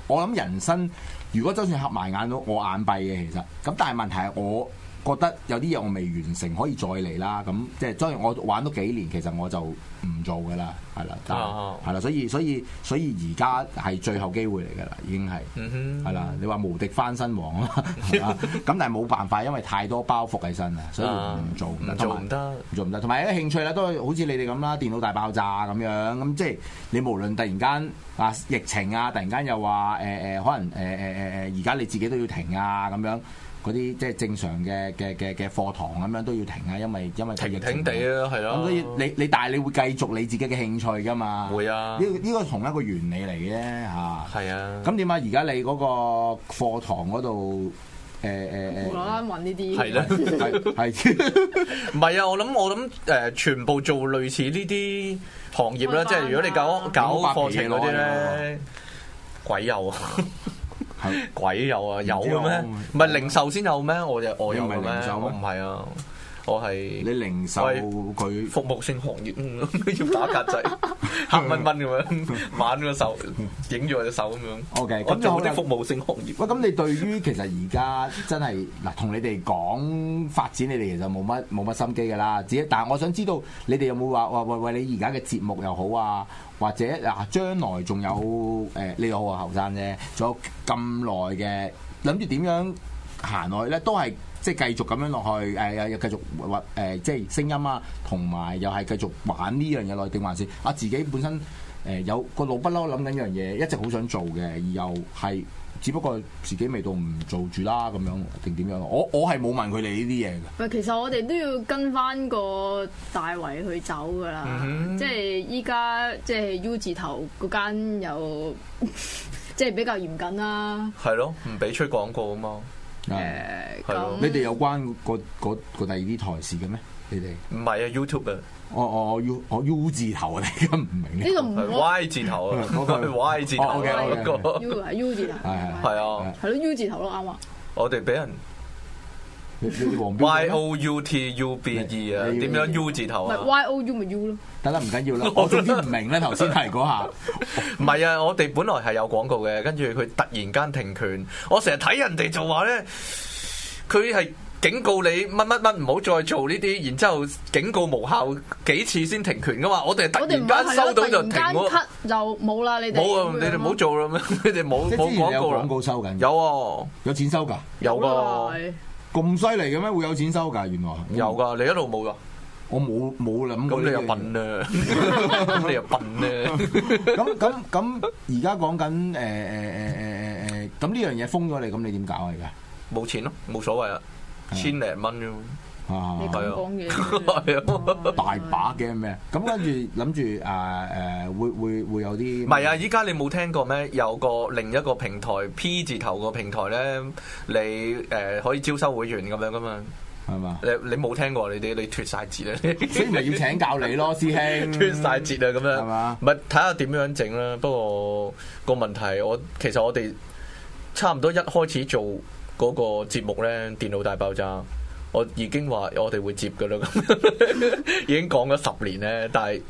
S1: 我諗人生，如果就算合埋眼都我眼閉嘅其實，咁但係問題係我覺得有啲嘢我未完成，可以再嚟啦。咁即係當然我玩多幾年，其實我就唔做噶啦，係啦，但係
S2: 啊
S1: 係啦，所以所以所以而家係最後機會嚟㗎啦，已經係。
S2: 嗯哼
S1: 係啦，你話無敵翻身王 啦，係啦咁但係冇辦法，因為太多包袱喺身啦，所以
S2: 啊
S1: 唔做
S2: 唔
S1: 得
S2: 做唔。得。
S1: 唔做唔得，同埋一個興趣啦，都係好似你哋咁啦，電腦大爆炸咁樣，咁即係你無論突然間啊疫情啊，突然間又話誒誒，可能誒誒誒誒，而家你自己都要停啊咁樣，嗰啲即係正常嘅嘅嘅嘅課堂咁樣都要停啊，因為因為個疫
S2: 停
S1: 情
S2: 停地啊，係咯，
S1: 咁所以你你但係你會繼續你自己嘅興趣噶嘛？
S2: 會啊
S1: 呢個呢個同一個原理嚟嘅啫嚇。
S2: 係啊，
S1: 咁點啊？而家你嗰個課堂嗰度，誒誒
S3: 無啦啦
S1: 誒，
S3: 揾呢啲，
S2: 係啦。
S1: 係係
S2: 唔係啊，我諗我諗誒、呃全部做類似呢啲行業啦，
S3: 開班啊
S2: 即係如果你搞搞課程嗰啲咧，鬼有啊，
S1: 係
S2: 鬼有啊，有嘅
S1: 唔知
S2: 咩
S1: 我？
S2: 唔係零售先有咩？我就我有嘅
S1: 你唔係零
S2: 咩？
S1: 售咩
S2: 我唔係啊，我係
S1: 你零售
S2: 喂
S1: 佢
S2: 服務性行業，嗯 要打格 仔，黑蚊蚊咁樣，挽咗手，影住我隻手咁樣。
S1: OK，咁
S2: 我做
S1: 就
S2: 啲服務性行業。
S1: 喂，咁你對於其實而家真係嗱，同你哋講發展，你哋其實冇乜冇乜心機噶啦。只但係我想知道你哋有冇話話喂喂，你而家嘅節目又好啊，或者嗱將來仲有誒、呃你又好後生啫，仲有咁耐嘅諗住點樣行落去咧，都係。即係繼續咁樣落去，誒、又又繼續或誒、呃即係聲音啊，同埋又係繼續玩呢樣嘢內定還是啊自己本身誒、呃有個腦不嬲諗緊一樣嘢，一直好想做嘅，而又係只不過自己味道唔做住啦，咁樣定點樣？我我係冇問佢哋呢啲嘢嘅。
S3: 喂，其實我哋都要跟翻個大圍去走噶啦，
S2: 嗯哼
S3: 即係依家即係 U 字頭嗰間又 即係比較嚴謹啦。
S2: 係咯，唔俾吹廣告啊嘛，
S3: 誒、
S1: 啊
S2: 係咯
S3: 咁
S1: 你哋有關嗰嗰嗰第二啲台事嘅咩？你哋
S2: 唔係啊 YouTube 啊，
S1: 我我我 U 我 U 字頭啊，你而家唔明呢
S3: 呢度唔
S2: 係
S3: 我
S2: Y 字頭啊
S1: 嗯嗰個
S2: ，Y 字頭
S1: 哦
S2: 啊
S1: ，OK，OK，OK
S2: 嗰個
S3: U 啊 U 字頭，
S1: 係
S2: 係啊，
S3: 係咯 U 字頭咯啱啊。
S2: 我哋俾人
S1: 你你哋黃標
S2: Y
S1: 準咩
S2: O U T U B E 啊，
S1: 你
S2: 點樣 U 字頭
S3: 咪
S2: 啊？
S3: Y O U 咪 U 咯，
S1: 得啦，唔緊要啦。我總之唔明咧，頭先係嗰下。
S2: 唔係啊，我哋本來係有廣告嘅，跟住佢突然間停權，我成日睇人哋就話咧，佢係。警告你乜乜乜唔好再做呢啲，然之後警告無效幾次先停權噶嘛？我哋係
S3: 我
S2: 突
S3: 哋唔
S2: 然間
S3: 係係咯
S2: 收到
S3: 突
S2: 就
S3: 然
S2: 停
S3: 間
S2: 喎，
S3: cut 就冇啦，你哋
S2: 冇啊！
S3: 咁樣
S2: 你哋唔好
S3: 咯
S2: 做啦，你哋冇
S1: 即係
S2: 冇
S1: 之前
S2: 廣
S1: 有
S2: 告
S1: 廣
S2: 啦，
S1: 告收緊，有
S2: 有啊，
S1: 有錢收㗎，
S2: 有
S3: 好
S2: 噶。
S3: 耐
S1: 咁犀利嘅咩？會有錢收㗎？原來
S2: 有，噶，你一路冇噶，
S1: 我冇冇諗過
S2: 咁
S1: 呢
S2: 你
S1: 樣嘢。
S2: 又笨啦，咁你又笨啊 啦，
S1: 咁咁咁，而家講緊誒誒誒誒誒誒，咁、呢樣嘢封咗你，咁你點搞啊而家？
S2: 冇錢咯，冇所謂啊，千零蚊啫，
S1: 啊
S3: 你咁講
S2: 哦 係啊
S3: 嘢，
S1: 大把嘅咩？咁跟住諗住啊誒，會會會有啲
S2: 唔係啊！依家你冇聽過咩？有個另一個平台 P 字頭個平台咧，你誒、呃可以招收會員咁樣噶嘛？
S1: 係嘛？
S2: 你你冇聽過你哋你脱晒節啊！
S1: 所以咪要請教你咯，師兄。
S2: 脱晒節啊！咁
S1: 係嘛
S2: 樣，咪睇下點樣整啦。不過個問題，我其實我哋差唔多一開始做嗰個節目咧，《電腦大爆炸》，我已經話我哋會接噶啦，咁 已經講咗十年咧，但係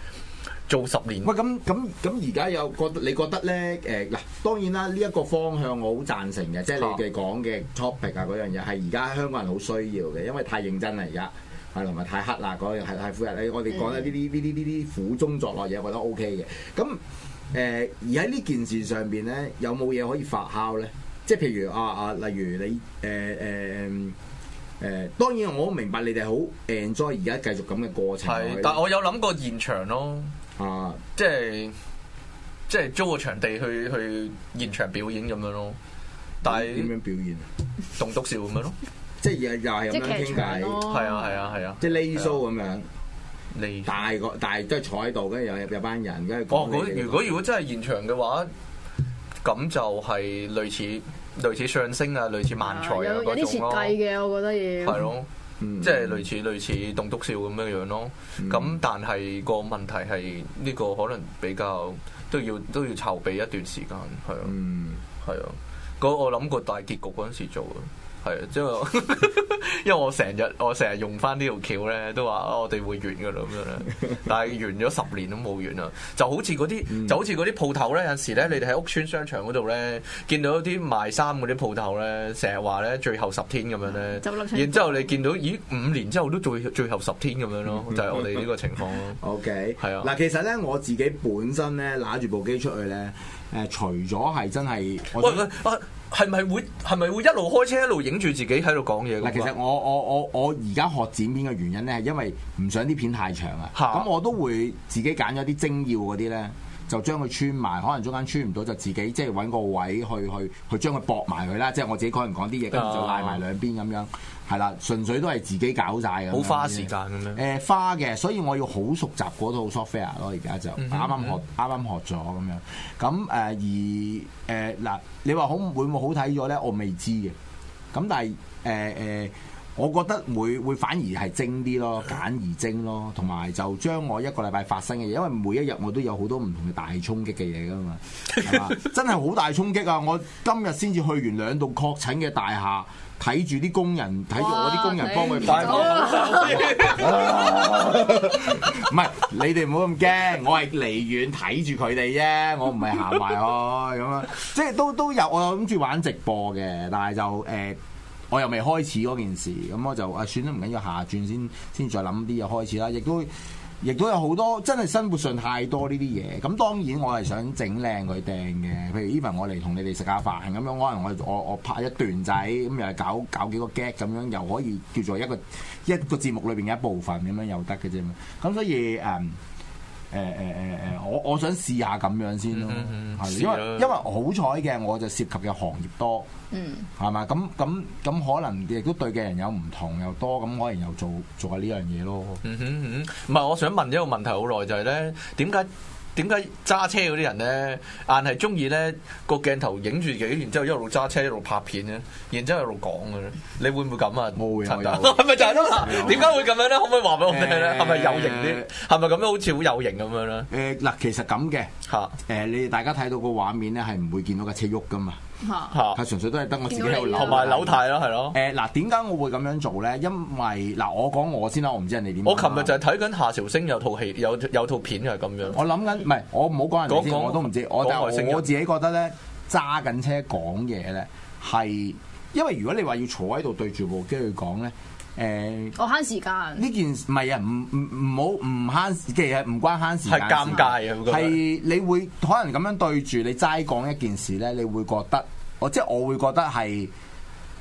S2: 做十年
S1: 喂，咁咁咁而家有覺得你覺得咧誒嗱，當然啦，呢、一個方向我好贊成嘅，即係你哋講嘅 topic 啊嗰樣嘢係而家香港人好需要嘅，因為太認真啦而家。係同埋太黑啦，嗰樣係太苦日。你我哋講得呢啲呢啲呢啲苦中作樂嘢，我覺得 O K 嘅。咁誒、而喺呢件事上邊咧，有冇嘢可以發酵咧？即係譬如啊啊，例如你誒誒。誒、當然我好明白你哋好 enjoy 而家繼續咁嘅過程落
S2: 係
S1: 去，
S2: 但我有諗過現場咯。
S1: 啊
S2: 即係即係租個場地去去現場表演咁樣咯。但
S1: 點
S2: 係
S1: 樣表現？
S2: 棟篤笑咁樣咯，
S1: 即係又又係咁
S3: 即
S1: 樣
S3: 係
S1: 傾
S3: 劇場
S1: 偈，
S3: 咯，
S2: 係啊係啊係啊，
S1: 哦即係 lay show 咁樣，
S2: 你
S1: 大個大都係坐喺度，跟住有有班人，跟住
S2: 哦，
S1: 講
S2: 如果
S1: 你哋
S2: 如果如果真係現場嘅話，咁就係類似類似相聲啊，類似漫才啊
S3: 有有
S2: 嗰
S3: 啲設
S2: 種咯，
S3: 計嘅，我覺得
S2: 係
S3: 要。
S2: 咯，
S1: 嗯
S2: 即係類似類似棟篤笑咁樣樣咯。咁但係個問題係呢個可能比較都要都要籌備一段時間，係啊。
S1: 嗯
S2: 係啊，嗰我諗過大結局嗰陣時做啊，係啊，即係我 因為我成日我成日用翻呢條橋咧，都話啊我哋會完噶啦咁 樣咧，但係完咗十年都冇完啊，就好似嗰
S1: 嗯
S2: 啲就好似嗰啲鋪頭咧，有陣時咧你哋喺屋村商場嗰度咧，見到啲賣衫嗰啲鋪頭咧，成日話咧最後十天咁樣
S1: 嗯
S2: 咧
S3: 執笠，清
S2: 然之後你見到咦五年之後都最最後十天咁樣咯，
S1: 嗯
S2: 就係我哋呢個情況咯。
S1: OK
S2: 係啊
S1: 嗱，其實咧我自己本身咧揦住部機出去咧，誒除咗係真係 我
S2: 喂喂啊，係咪會係咪會一路開車一路影住自己喺度講嘢咁
S1: 嗱，
S2: 啊？
S1: 其實我我我我而家學剪片嘅原因咧，係因為唔想啲片太長啊。
S2: 嚇
S1: 咁我都會自己揀咗啲精要嗰啲咧，就將佢穿埋，可能中間穿唔到就自己即係揾個位去去去將佢駁埋佢啦。即係我自己可能講啲嘢，跟住就拉埋兩邊咁樣，係啦，純粹都係自己搞晒咁樣。
S2: 哦好花時間咁樣
S1: 誒、花嘅，所以我要好熟習嗰套 software 咯，而家就啱
S2: 嗯
S1: 啱學啱啱學咗咁樣。咁誒、而誒嗱、你話好會唔會好睇咗咧？我未知嘅。咁但係誒誒，我覺得會會反而係精啲咯， 簡而精咯，同埋就將我一個禮拜發生嘅嘢，因為每一日我都有好多唔同嘅大衝擊嘅嘢噶嘛，係 嘛？真係好大衝擊啊！我今日先至去完兩棟確診嘅大廈，睇住啲工人，睇住我啲工人幫佢
S3: 哇
S1: 戴口唔係，你哋唔好咁驚，我係離遠睇住佢哋啫，我唔係行埋去咁啊，即係都都有，我有諗住玩直播嘅，但係就誒。呃我又未開始嗰件事，咁我就啊算啦，唔緊要，下轉先先再諗啲嘢開始啦。亦都亦都有好多真係生活上太多呢啲嘢。咁當然我係想整靚佢掟嘅，譬如 even 我嚟同你哋食下飯咁樣，可能我我我拍一段仔咁又係搞搞幾個 get 咁樣，又可以叫做一個一個節目裏邊嘅一部分咁樣又得嘅啫嘛。咁所以誒。嗯誒誒誒誒，我我想試下咁樣先咯，係、
S2: 嗯嗯嗯
S1: 因為
S2: 試啦
S1: 因為好彩嘅，我就涉及嘅行業多，
S3: 嗯，
S1: 係嘛？咁咁咁可能亦都對嘅人有唔同又多，咁可能又做做下呢樣嘢咯。
S2: 嗯哼嗯哼，唔係，我想問一個問題好耐就係咧，點解點解揸車嗰啲人咧，硬係中意咧個鏡頭影住自己，然之後一路揸車一路拍片咧，然之後一路講嘅咧，你會唔會咁啊？
S1: 我會
S2: 陳
S1: 我
S2: 達
S1: 有
S2: 係咪就係咯？
S1: 我有
S2: 嗱點解會咁樣咧？可唔可以話俾我聽咧？
S1: 誒
S2: 係咪有型啲？係咪咁樣好似好有型咁樣咧？
S1: 誒嗱、其實咁嘅，誒、
S2: 嚇
S1: 你哋大家睇到個畫面咧，係唔會見到架車喐噶嘛，
S3: 嚇
S2: 嚇
S1: 係，純嗯粹都係得我自己喺度
S3: 見到你
S1: 扭。
S2: 哦同埋扭態咯，係咯。
S1: 誒嗱，點解我會咁樣做咧？因為嗱，我講啊我先啦，我唔知人哋點諗啦。
S2: 我琴日就係睇緊夏韶聲有套戲，有有套片就係咁樣。
S1: 我諗緊，唔係我唔好講人哋
S2: 講
S1: 先，
S2: 講
S1: 我都唔知。我
S2: 講
S1: 但
S2: 外星
S1: 係
S2: 人
S1: 我自己覺得咧，揸緊車講嘢咧係，因為如果你話要坐喺度對住部機去講咧，誒、
S3: 我哦慳時間，
S1: 呢件唔係啊，唔唔唔好唔慳，其實唔關慳時間事。
S2: 係尷尬啊我覺得
S1: 係你會可能咁樣對住你齋講一件事咧，你會覺得，我即係我會覺得係。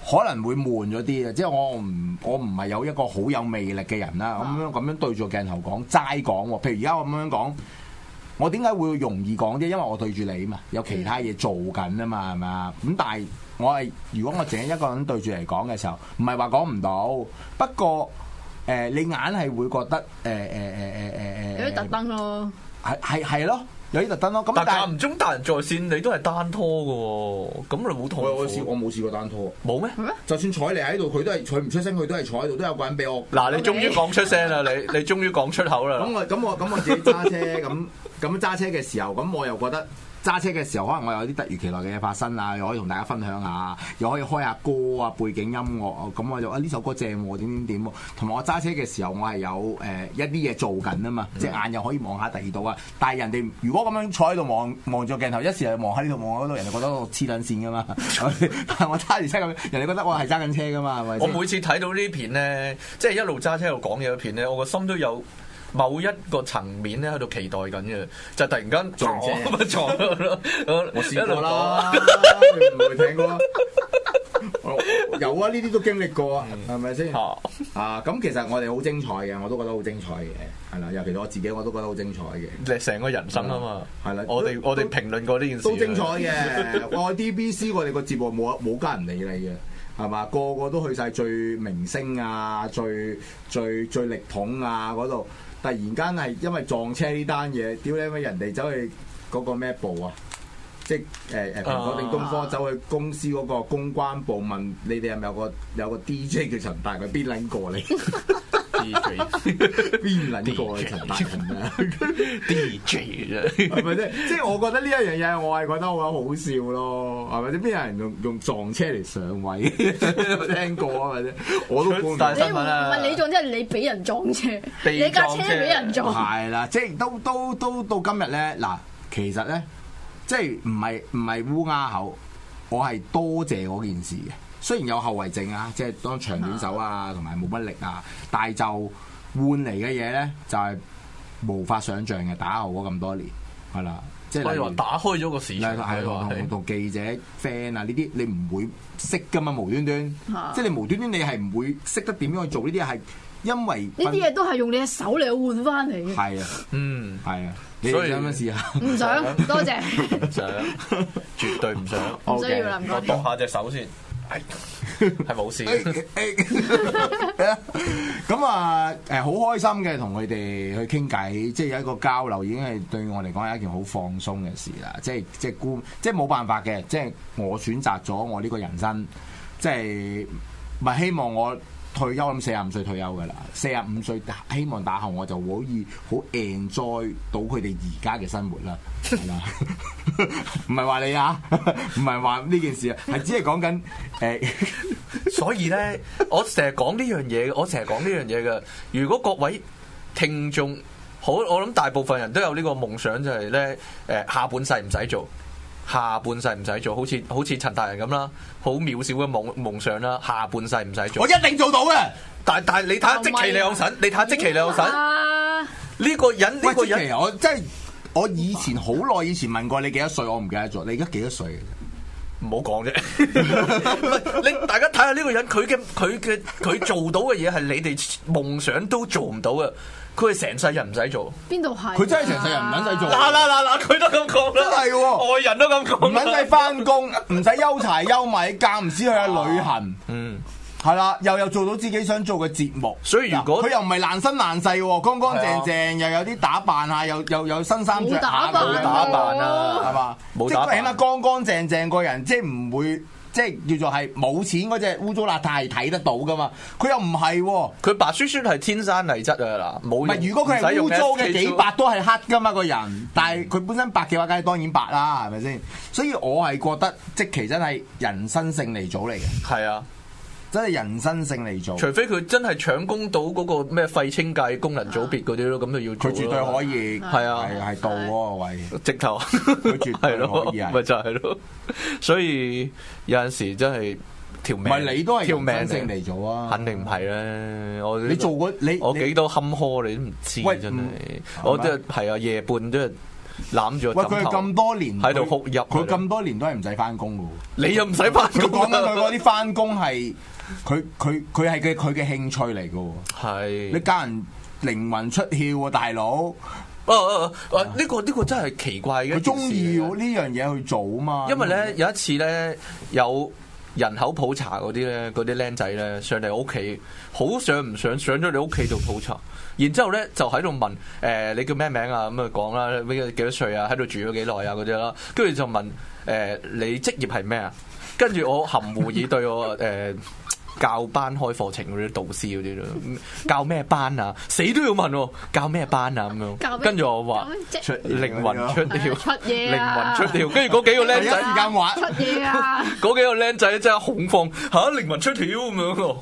S1: 可能會悶咗啲啊嘅，即係我唔我唔係有一個好有魅力嘅人啦，咁樣咁樣對住鏡頭講齋講喎，譬如而家我咁樣講，我點解會容易講啫？因為我對住你嘛，有其他嘢做緊啊嘛，係咪啊？咁但係我係如果我淨係一個人對住嚟講嘅時候，唔係話講唔到，不過誒、呃你硬係會覺得誒誒誒誒誒
S3: 有
S1: 誒
S3: 啲特登咯。
S1: 係係係咯，有啲特登咯。咁
S2: 但
S1: 但
S2: 間
S1: 係
S2: 唔中達人在線，你都係單拖嘅喎，咁你冇痛苦
S1: 冇試過單拖，
S2: 冇咩？
S1: 就算睬你喺度，佢都係佢唔出聲，佢都係坐喺度，都有個人俾我
S2: 嗱，你終於講出 聲啦，你你終於講出口啦
S1: 咁。我咁我咁我自己揸車咁咁揸車嘅時候，咁我又覺得揸車嘅時候，可能我有啲突如其來嘅嘢發生啊，又可以同大家分享下，又可以開下歌啊，背景音樂，咁我就啊呢首歌正喎，點點點喎。同埋我揸車嘅時候，我係有誒、呃一啲嘢做緊啊嘛，隻眼又可以望下第二度啊。但係人哋如果咁樣坐喺度望望住個鏡頭，一時又望喺呢度望喺嗰度，人哋覺得我黐撚線噶嘛。 但係我揸住車咁樣，人哋覺得我係揸緊車噶嘛，係咪
S2: 我
S1: 先？
S2: 每次睇到呢啲片咧，即係一路揸車一路講嘢嘅片咧，我個心都有某一個層面咧喺度期待緊嘅，就突然間
S1: 撞車
S2: 咁撞咯，
S1: 我
S2: 我
S1: 試過。啦，你唔會聽過啊？我有啊，呢啲都經歷過啊，係咪先？
S2: 嗯嚇
S1: 啊，咁其實我哋好精彩嘅，我都覺得好精彩嘅，係啦，尤其我自己我都覺得好精彩嘅，
S2: 你成個人生啊嘛，
S1: 係啦
S2: 我哋
S1: 嗯都
S2: 我哋評論過呢件事，啊
S1: 都精 彩。嘅。我 DBC 我哋個節目冇啊冇家人理你嘅。係嘛？個個都去晒最明星啊，最最最力捧啊嗰度，突然間係因為撞車呢單嘢，屌你咪人哋走去嗰個咩部啊？即係誒誒蘋果定東
S3: 啊
S1: 方走去公司嗰個公關部問你哋係咪有個有個 DJ 叫陳達佢邊撚過你？ 邊撚過你 陳達人啊？
S2: DJ 啫，
S1: 係咪先？即係我覺得呢一樣嘢，我係覺得好好笑咯，係咪先？邊有人用用撞車嚟上位？ 有聽過啊？係咪先？我都估唔到
S2: 但
S3: 你
S2: 新
S3: 唔
S2: 聞啊
S3: 係你撞車，你俾人撞車，
S2: 被
S3: 你架
S2: 撞
S3: 車
S2: 車
S3: 俾人撞，
S1: 係啦，即係都都都到今日咧，嗱，其實咧，即係唔係唔係烏鴉口，我係多謝嗰件事嘅。雖然有後遺症啊，即係當長短手啊，同埋冇乜力啊，但係就換嚟嘅嘢咧，就係、無法想像嘅。打後嗰咁多年，係啦，即係
S2: 我
S1: 例
S2: 以
S1: 如
S2: 話打開咗個市場，
S1: 係係同同同記者 friend 啊呢啲，你唔會識噶嘛，無端端
S3: 啊，
S1: 即係你無端端你係唔會識得點樣去做呢啲嘢，係因為
S3: 呢啲嘢都係用你嘅手嚟換翻嚟嘅。
S1: 係啊
S2: 嗯，
S1: 係啊，你
S2: 所以
S1: 哋想唔想試下？
S3: 唔想，多謝，
S2: 唔想，絕對唔想。
S3: 唔需要啦，唔
S2: 我
S3: 該。
S2: 度下隻手先，係係冇事
S1: 哎
S2: 嘅。
S1: 咁啊，誒好開心嘅，同佢哋去傾偈，即係有一個交流，已經係對我嚟講係一件好放鬆嘅事啦。即係即係估，即係冇辦法嘅，即係我選擇咗我呢個人生，即係咪希望我退休咁四十五歲退休噶啦，四十五歲希望打後我就可以好 enjoy 到佢哋而家嘅生活啦，係啦唔係話你啊，唔係話呢件事啊，係只係講緊誒。
S2: 所以咧，我成日講呢樣嘢，我成日講呢樣嘢嘅。如果各位聽眾，好，我諗大部分人都有呢個夢想，就係咧，誒下半世唔使做，下半世唔使做，好似好似陳大人咁啦，好渺小嘅夢夢想啦，下半世唔使
S1: 我
S2: 做。
S1: 一定做到嘅。
S2: 但但係你睇下即其你有神，你睇下即其你有神
S3: 啊，
S2: 呢個人呢
S1: 喂，
S2: 個
S1: 即
S2: 人
S1: 奇，我真係我以前好耐以前問過你幾多歲，我唔記得咗。你而家幾多歲？
S2: 唔好講啫。唔係你大家睇下呢個人，佢嘅佢嘅佢做到嘅嘢係你哋夢想都做唔到嘅，佢係成世人唔使做。
S3: 邊度係？啊
S1: 佢真係成世人唔撚使做
S2: 嗱嗱嗱嗱，佢都咁講啦，
S1: 真係喎
S2: 外人都咁
S1: 唔
S2: 講啦，
S1: 撚使翻工，唔使憂柴憂米，間唔時去下旅行。
S2: 嗯，
S1: 係啦，又有做到自己想做嘅節目，
S2: 所以如果
S1: 嗱佢又唔係爛身爛世喎，乾乾淨淨，又有啲打扮下，又又有新衫着
S3: 冇
S1: 下，
S3: 打扮
S1: 啊
S3: 啊
S1: 冇啊
S2: 喎
S1: 係嘛？
S2: 冇
S1: 即
S2: 打
S1: 係
S2: 扮
S1: 起碼乾乾淨淨個人，即係唔會即係叫做係冇錢嗰只污糟邋遢係睇得到噶嘛？佢又唔係喎。
S2: 佢白雪雪係天生麗質啊嗱，
S1: 唔
S2: 冇
S1: 係，如果佢係污糟嘅幾百都係黑噶嘛，個人。但係佢本身白嘅話，梗係當然白啦，係咪先？所以我係覺得即其真係人生勝利組嚟嘅，
S2: 係啊，
S1: 真係人生勝利組。
S2: 除非佢真係搶攻到嗰個咩廢青界功能組別嗰啲咯，咁就要
S1: 佢絕對可
S2: 以，
S1: 以，
S2: 係啊
S1: 係係到嗰個位。
S2: 直頭
S1: 絕
S2: 係
S1: 對
S2: 咯，
S1: 可以啊
S2: 咪就係咯，所以有陣時真係條
S1: 唔
S2: 命，
S1: 係你都係
S2: 條命
S1: 人生勝
S2: 嚟，
S1: 利組啊！
S2: 肯定唔係啦，我
S1: 你做過你
S2: 我
S1: 你
S2: 幾多坎坷你都唔知
S1: 喂嗯
S2: 真
S1: 唔
S2: 係，我都係係啊夜半都係攬住個
S1: 喂
S2: 枕
S1: 佢
S2: 頭
S1: 咁多年
S2: 喺度
S1: 佢
S2: 哭泣啊
S1: 佢咁多年都係唔使翻工 嘅
S2: 你又唔使翻
S1: 喎。佢
S2: 工啊
S1: 講緊佢
S2: 啦
S1: 嗰啲翻工係佢佢佢係嘅佢嘅興趣嚟嘅喎。你
S2: 係，
S1: 家人靈魂出竅喎，大佬。
S2: 哦哦哦，啊呢個呢個真係奇怪嘅，
S1: 佢中意呢。樣嘢去做啊嘛。
S2: 因為咧有一次咧有人口普查嗰啲咧，嗰啲僆仔咧上嚟我屋企，好想唔想上咗你屋企度普查，然之後咧就喺度問誒、呃你叫咩名啊咁啊講啦，咩幾多歲啊，喺度住咗幾耐啊嗰啲啦，跟住就問誒、呃你職業係咩啊？跟住我含糊以對我誒。呃教班開課程嗰啲導師嗰啲咯，教咩班啊？死都要問喎，教咩班啊咁樣。
S3: 教咩
S2: 跟住我話
S3: 咁即
S1: 出
S2: 靈魂出竅，
S3: 出嘢
S2: 靈
S3: 啊
S2: 魂出竅。跟住嗰幾個
S1: 第
S2: 僆
S1: 一
S2: 仔
S1: 時間玩
S3: 出，嘢啊！
S2: 嗰幾個僆仔真係恐慌嚇、靈魂出竅咁樣喎，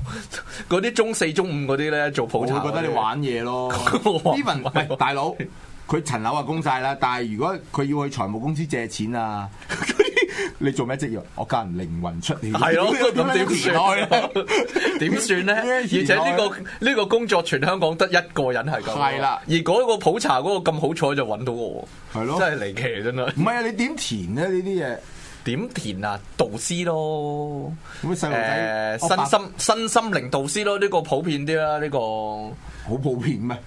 S2: 嗰啲中四中五嗰啲咧做
S1: 我
S2: 普查，
S1: 會覺得你。玩嘢咯。
S2: 啊我
S1: even
S2: 玩
S1: 喂大佬，佢層樓啊供晒啦，但係如果佢要去財務公司借錢啊， 你做咩職業？我家人靈魂出竅。
S2: 係 咯，
S1: 點
S2: 咁
S1: 樣
S2: 點
S1: 填 啊
S2: 算
S1: 開
S2: 咧
S1: 咧？？
S2: 點算咧？而且呢、個呢、個工作全香港得一個人係咁，
S1: 係啦
S2: 而嗰個普查嗰個咁好彩就揾到我，
S1: 係咯
S2: 真係離奇真係。
S1: 唔係啊，你點填咧呢啲嘢？
S2: 點填啊？導師咯，
S1: 咁細
S2: 誒、
S1: 路仔
S2: 身心身心靈導師咯，呢、個普遍啲啦，呢、個唔
S1: 好普遍咩？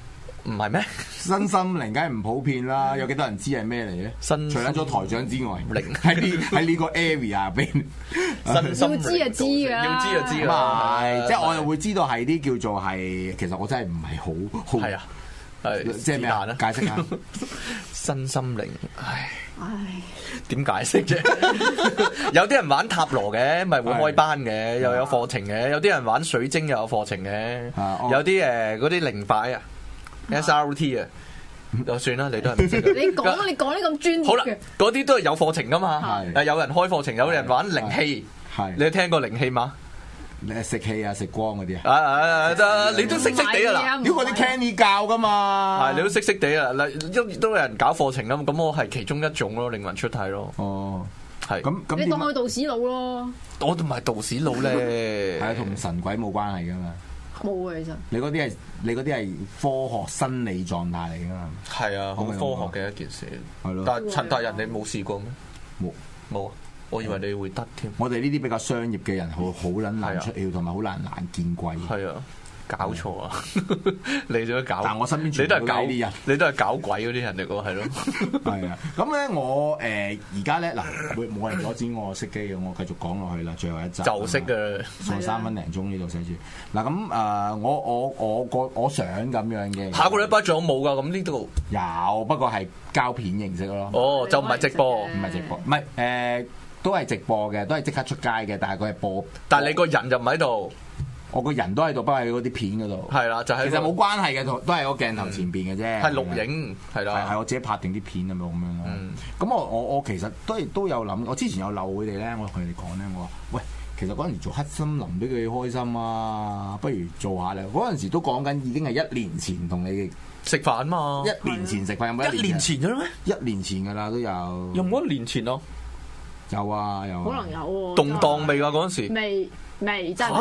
S2: 係咩？
S1: 身心靈梗係唔普遍啦，有幾多人知係咩嚟咧？
S2: 嗯身
S1: 除咗咗台長之外，
S2: 靈
S1: 喺呢喺呢個 area 入邊。
S2: 身心靈導師
S3: 要知就知㗎啦
S2: 要知就知
S1: 啊咁
S2: 啦
S1: 啊，係，即係我又會知道係啲叫做係，其實我真係唔係好好，
S2: 係啊，係
S1: 即係咩
S2: 是但
S1: 啊
S2: 啦？
S1: 解釋 下，
S2: 身心靈，唉，
S3: 唉，
S2: 點解釋啫？ 有啲人玩塔羅嘅，咪會開班嘅，又有課程嘅；有啲人玩水晶又有課程嘅
S1: 啊哦，
S2: 有啲誒嗰啲靈擺啊，SRT 啊，就算啦，你都係唔識
S3: 你
S2: 嘅。
S3: 講你講啲咁專
S2: 好
S3: 業
S2: 啦
S3: 嘅，，
S2: 嗰啲都係有課程噶嘛，
S1: 係
S2: 誒有人開課程，有人玩靈氣，你
S1: 係
S2: 有聽過靈氣嘛？
S1: 你食氣啊，食光嗰啲啊，
S2: 啊啊啊得，你都識識地啊嗱。
S3: 唔係啊
S1: 屌嗰啲 Candy 教噶嘛，
S2: 系，你都識識地啊！嗱，都都有人搞課程啊咁，咁我係其中一種咯，靈魂出體咯，
S1: 哦，
S2: 係。咁
S1: 咁咁
S3: 你
S1: 點
S3: 當
S1: 啊
S3: 佢？道士佬咯，
S2: 我同埋道士佬咧，
S1: 係啊，同神鬼冇關係噶嘛，
S3: 冇啊其實。
S1: 你嗰啲係你嗰啲係科學生理狀態嚟噶嘛，
S2: 係啊，好科學嘅一件事。
S1: 係咯
S2: 但係陳達人，你冇試過
S1: 冇。
S2: 咩？冇啊！我以為你會得添。
S1: 我哋呢啲比較商業嘅人，好好撚難出竅，同埋好難難見鬼。
S2: 嗯啊係啊，搞錯啊！ 你都搞，
S1: 但我身邊
S2: 你
S1: 全
S2: 都
S1: 部都
S2: 係搞
S1: 係呢啲人
S2: 你都係搞鬼嗰啲人嚟 㗎，係咯。
S1: 係啊，咁咧我誒而家咧嗱，會冇人阻止我熄機嘅，我繼續講落去啦，最後一集
S2: 就識嘅，
S1: 仲有三分零鐘呢度寫住嗱咁誒，我我我個我想咁樣嘅，
S2: 下個禮拜仲有冇㗎？咁呢度
S1: 有，不過係膠片形式咯，
S2: 哦，就唔係直播
S1: 唔，係直播，唔係呃誒都係直播嘅，都係即刻出街嘅，但係佢係播，
S2: 但係你個人就唔喺度。
S1: 我個人都喺度，不過喺嗰啲片嗰度。
S2: 係啦就喺
S1: 其實冇關係嘅，都係個鏡頭前邊嘅啫。
S2: 係錄影係
S1: 係係
S2: 啦，
S1: 我自己拍定啲片咁樣咁樣咯
S2: 啊嗯。
S1: 咁我我我其實都係都有諗，我之前有漏佢哋咧，我同佢哋講咧，我話喂。其實嗰陣時做黑森林都幾開心啊，不如做下咧。嗰陣時都講緊，已經係一年前同你哋
S2: 食飯嘛，
S1: 一年前嗯食飯有冇
S2: 哦一年？前嘅咩？
S1: 一年前㗎啦，都有
S2: 有冇一年前咯？
S1: 有啊有啊。
S3: 可能有喎。
S2: 哦動盪未㗎啊嗰陣時
S3: 未未真係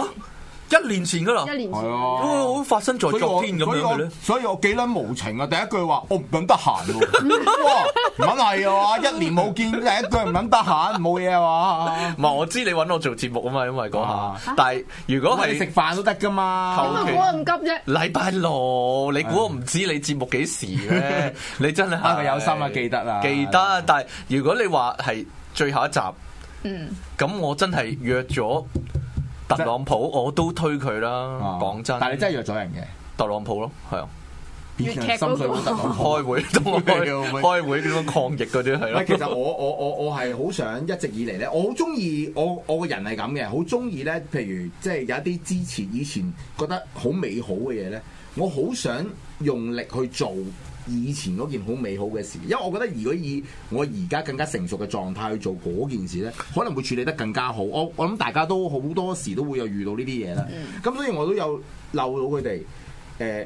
S2: 嚇，一年前㗎啦，
S3: 一年前。
S1: 係啊
S2: 哦好發生在
S1: 所以我
S2: 昨天咁樣
S1: 所
S2: 嘅咧。
S1: 以我所以我幾撚無情啊！第一句話我唔撚得閒 喎，哇唔撚係啊！一年冇見，第一句唔撚得閒，冇嘢啊嘛。
S2: 唔係我知你揾我做節目啊嘛，因為嗰下
S1: 啊，
S2: 但係如果
S1: 我哋食
S2: 係
S1: 飯都得噶嘛
S2: 求。
S3: 咁啊，冇咁急啫。
S2: 禮拜六，你估我唔知你節目幾時 咩？你真係
S1: 啊佢有心啊記得啊
S2: 記得。但係如果你話係最後一集，
S3: 嗯，
S2: 咁我真係約咗特朗普，我都推佢啦。講真，
S1: 哦但係你真係約咗人嘅，
S2: 特朗普咯，係啊，
S1: 變成心水 都得好好
S2: 開會 同我開開會嗰種抗疫嗰啲係
S1: 喂，其實
S2: 咯。
S1: 我我我我係好想一直以嚟咧，我好中意我我個人係咁嘅，好中意咧，譬如即係有一啲之前以前覺得好美好嘅嘢咧，我好想用力去做以前嗰件好美好嘅事，因為我覺得如果以我而家更加成熟嘅狀態去做嗰件事咧，可能會處理得更加好。我我諗大家都好多時都會有遇到呢啲嘢啦，咁、所以我都有漏到佢哋。誒誒誒誒誒，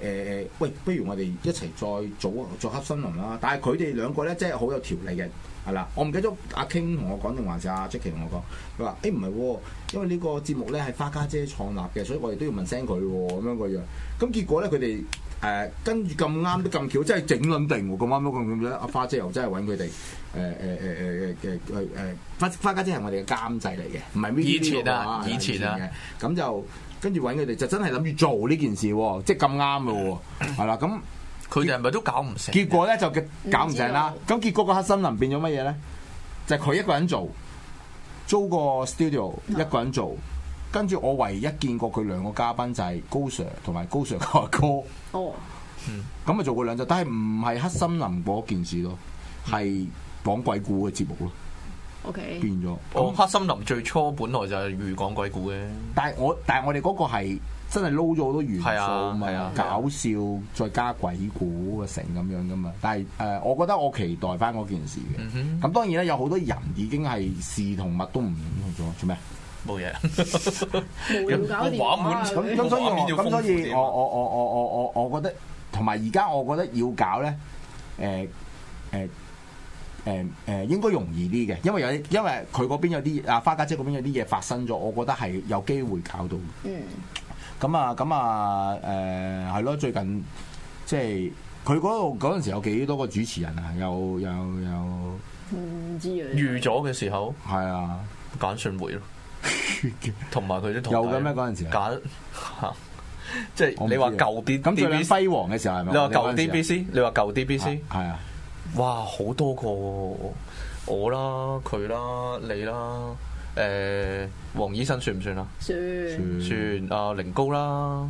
S1: 呃喂，不如我哋一齊再組做黑森林啦！但係佢哋兩個咧，真係好有條理嘅，係啦。我唔記得咗阿 King 同我講定還是阿 Jackie 同我講，佢話：誒唔係喎，因為呢個節目咧係花家姐創立嘅，所以我哋都要問聲佢喎，咁樣個樣。咁結果咧，佢哋誒跟住咁啱都咁巧，真係整撚定喎，咁啱都咁咁樣。阿花姐又真係揾佢哋呃誒誒誒誒誒誒誒呃花花家姐係我哋嘅監製嚟嘅，唔係 Vivi
S2: 以前啊
S1: 嗰個係
S2: 以前啊
S1: 嘅咁就跟住揾佢哋就真係諗住做呢件事喎，即係咁啱咯喎，係啦，咁
S2: 佢哋係咪都搞唔成？
S1: 結果咧就嘅搞唔成啦，咁結果個黑森林變咗乜嘢咧？就係佢一個人做，租個 studio 一個人做，跟住我唯一見過佢兩個嘉賓就係高 Sir 同埋高 Sir 個阿哥。
S3: 哦，
S1: 咁咪做過兩集，但係唔係黑森林嗰件事咯，係講鬼故嘅節目咯，
S3: ，OK，
S1: 變咗。
S2: 我哦黑森林最初本來就係預講鬼故嘅，
S1: 但係我但係我哋嗰個係真係撈咗好多元素
S2: 係啊
S1: 嘛，
S2: 係啊
S1: 搞笑再加鬼故嘅成咁樣噶嘛。但係誒、呃我覺得我期待翻嗰件事嘅。咁、
S2: 嗯
S1: 當然啦，有好多人已經係事同物都唔同咗，做咩？
S2: 哼，冇嘢。
S1: 咁咁
S2: 畫面
S3: 無聊搞電話啊佢
S1: 所以
S2: 畫面要
S1: 我咁所
S2: 豐富
S1: 以
S2: 啲啊
S1: 我我我我我我我覺得同埋而家我覺得要搞咧誒誒誒誒應該容易啲嘅，因為有啲因為佢嗰邊有啲啊花家姐嗰邊有啲嘢發生咗，我覺得係有機會搞到。
S3: 嗯，
S1: 咁啊，咁啊，誒係咯，最近即係佢嗰度嗰陣時有幾多個主持人啊？有有有，
S3: 唔知啊。
S2: 預咗嘅時候
S1: 係啊，
S2: 簡訊會咯，同埋佢啲徒弟
S1: 有嘅咩嗰陣時啊？
S2: 簡嚇，即係
S1: 我唔
S2: 你
S1: 知啊
S2: 話舊啲
S1: 咁最撚
S2: DBC，
S1: 輝煌嘅時候係咪？
S2: 你話舊
S1: 嗰陣時啊
S2: DBC，你話舊 DBC，
S1: 係啊，
S2: 哇好多個喎我啦，佢啦，你啦，誒黃醫生算唔算啊？
S3: 算
S1: 嗯
S2: 算啊，凌高啦，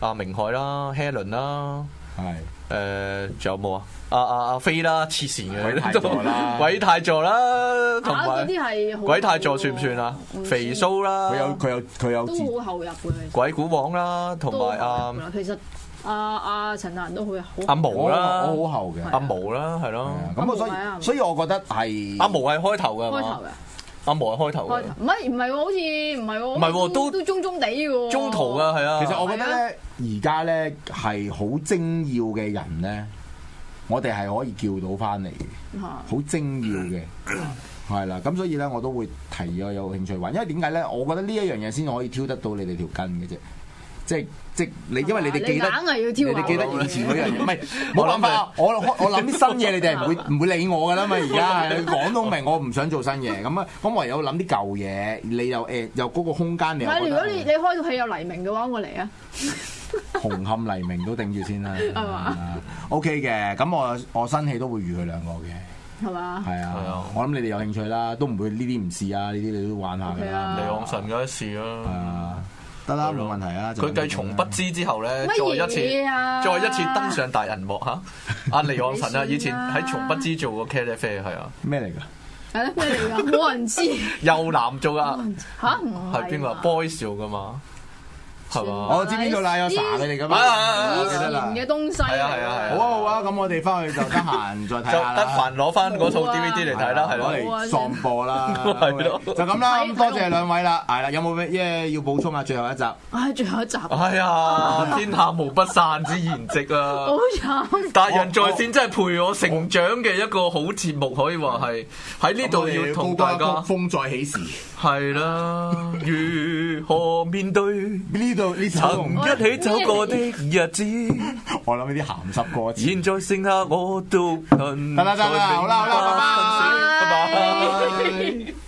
S2: 阿明海啦，Helen 啦。
S1: 係
S2: 誒、仲有冇啊？阿阿阿飛啦，黐線
S1: 鬼
S2: 嘅
S1: 太座啦
S2: 鬼太座啦，同
S3: 啊嗰
S2: 埋
S3: 啲係好
S2: 鬼太座算唔算啊
S3: 嗯？
S2: 肥蘇
S1: 佢有
S2: 啦，
S1: 佢有佢有自
S3: 啊都好後入嘅，其實
S2: 鬼古王啦，同
S3: 都好
S2: 埋阿
S3: 後入㗎啦其實阿阿陳達仁都好好
S2: 阿毛
S1: 我
S2: 啦，
S1: 我好後嘅，
S2: 阿毛啦，係
S1: 係
S2: 咯，
S1: 啊
S3: 啊阿
S1: 咁
S3: 毛
S1: 我所
S3: 係啊
S1: 以所以我覺得係
S2: 阿毛啊係開頭嘅，係
S3: 開
S2: 嘛
S3: 頭嘅。
S2: 阿毛係開頭
S3: 開
S2: 嘅，
S3: 頭唔係唔係喎，好似唔係喎，
S2: 唔係喎都
S3: 都中中地嘅喎，
S2: 中途嘅係啊，
S1: 其實我覺得
S3: 係
S1: 咧，而家咧係好精要嘅人咧，我哋係可以叫到翻嚟嘅。
S3: 嚇
S1: 好精要嘅，係啦。咁所以咧，我都會提我有興趣玩，因為點解咧？我覺得呢一樣嘢先可以挑得到你哋條筋嘅啫。即係即係你，因為你哋記得
S3: 係，嘛你硬係要
S1: 你
S3: 挑
S1: 哋記得
S3: 下
S1: 以前嗰 樣嘢，唔係冇辦法啊。我我 諗啲新嘢，你哋係唔會唔會理我噶啦嘛。而家係講到明，我唔想做新嘢，咁啊，咁唯有諗啲舊嘢。你又誒又嗰個空間，你
S3: 唔
S1: 又
S3: 係，
S1: 覺
S3: 如
S1: 得
S3: 果你你開到戲有黎明嘅話，我嚟啊！
S1: 紅磡黎明都頂住先啦。 啊
S3: 係嘛
S1: ？OK 嘅，咁我我新戲都會預佢兩個嘅。
S3: 係嘛？
S1: 係
S2: 係啊
S1: 啊，我諗你哋有興趣啦，都唔會呢啲唔試啊，呢啲你都玩下㗎
S3: 啊
S1: 啦。
S2: 李昂臣嗰一事
S1: 係
S2: 啦，
S1: 啊，得啦，
S2: 係
S1: 冇
S2: 咯
S1: 問題啊。就
S2: 佢繼從不知之後咧，再
S3: 乜
S2: 一次
S3: 嘢啊
S2: 再一次登上大銀幕 嚇，阿李昂臣啊，
S3: 你算啦
S2: 以前喺從不知做過茄喱啡係啊。
S1: 咩嚟㗎？
S3: 係啊咯，咩嚟㗎？冇人知
S2: 又男做噶，啊
S3: 嚇，唔
S2: 係邊個
S3: 嘛
S2: ？boy 做噶嘛？
S3: 算
S2: 係嘛
S1: 我知邊度啦，有茶佢哋咁
S2: 啊啊啊啊
S3: 哦
S1: 樣，
S3: 以
S1: 我記得
S3: 前
S1: 啦。
S3: 嘅東西
S2: 係啊係啊係
S1: 好啊好啊，咁我哋翻去就得閒再睇
S2: 就
S1: 下
S2: 得
S1: 啦。
S2: 閒攞翻嗰套
S3: 好啊
S2: DVD 嚟睇啦，係咯。
S1: 啊攞嚟喪播啦，
S2: 係咯
S1: 就咁啦，咁
S3: 睇
S1: 多謝兩位啦，係啦，有冇咩要補充啊？最後一集，
S3: 唉，最後一集好
S2: 哎 呀，天下無不散之筵席啊！
S3: 慘，
S2: 達人在線真係陪我成長嘅一個好節目，可以話係喺呢度要同大家
S1: 高歌曲風再起時，
S2: 係啦，如何面對
S1: 呢度呢首
S2: 曾
S1: 同
S2: 一起走過的日子，
S1: 我諗呢啲鹹濕歌詞。
S2: 現在剩下我獨能
S1: 得啦得啦好啦好啦拜拜
S2: 拜拜。
S3: 拜。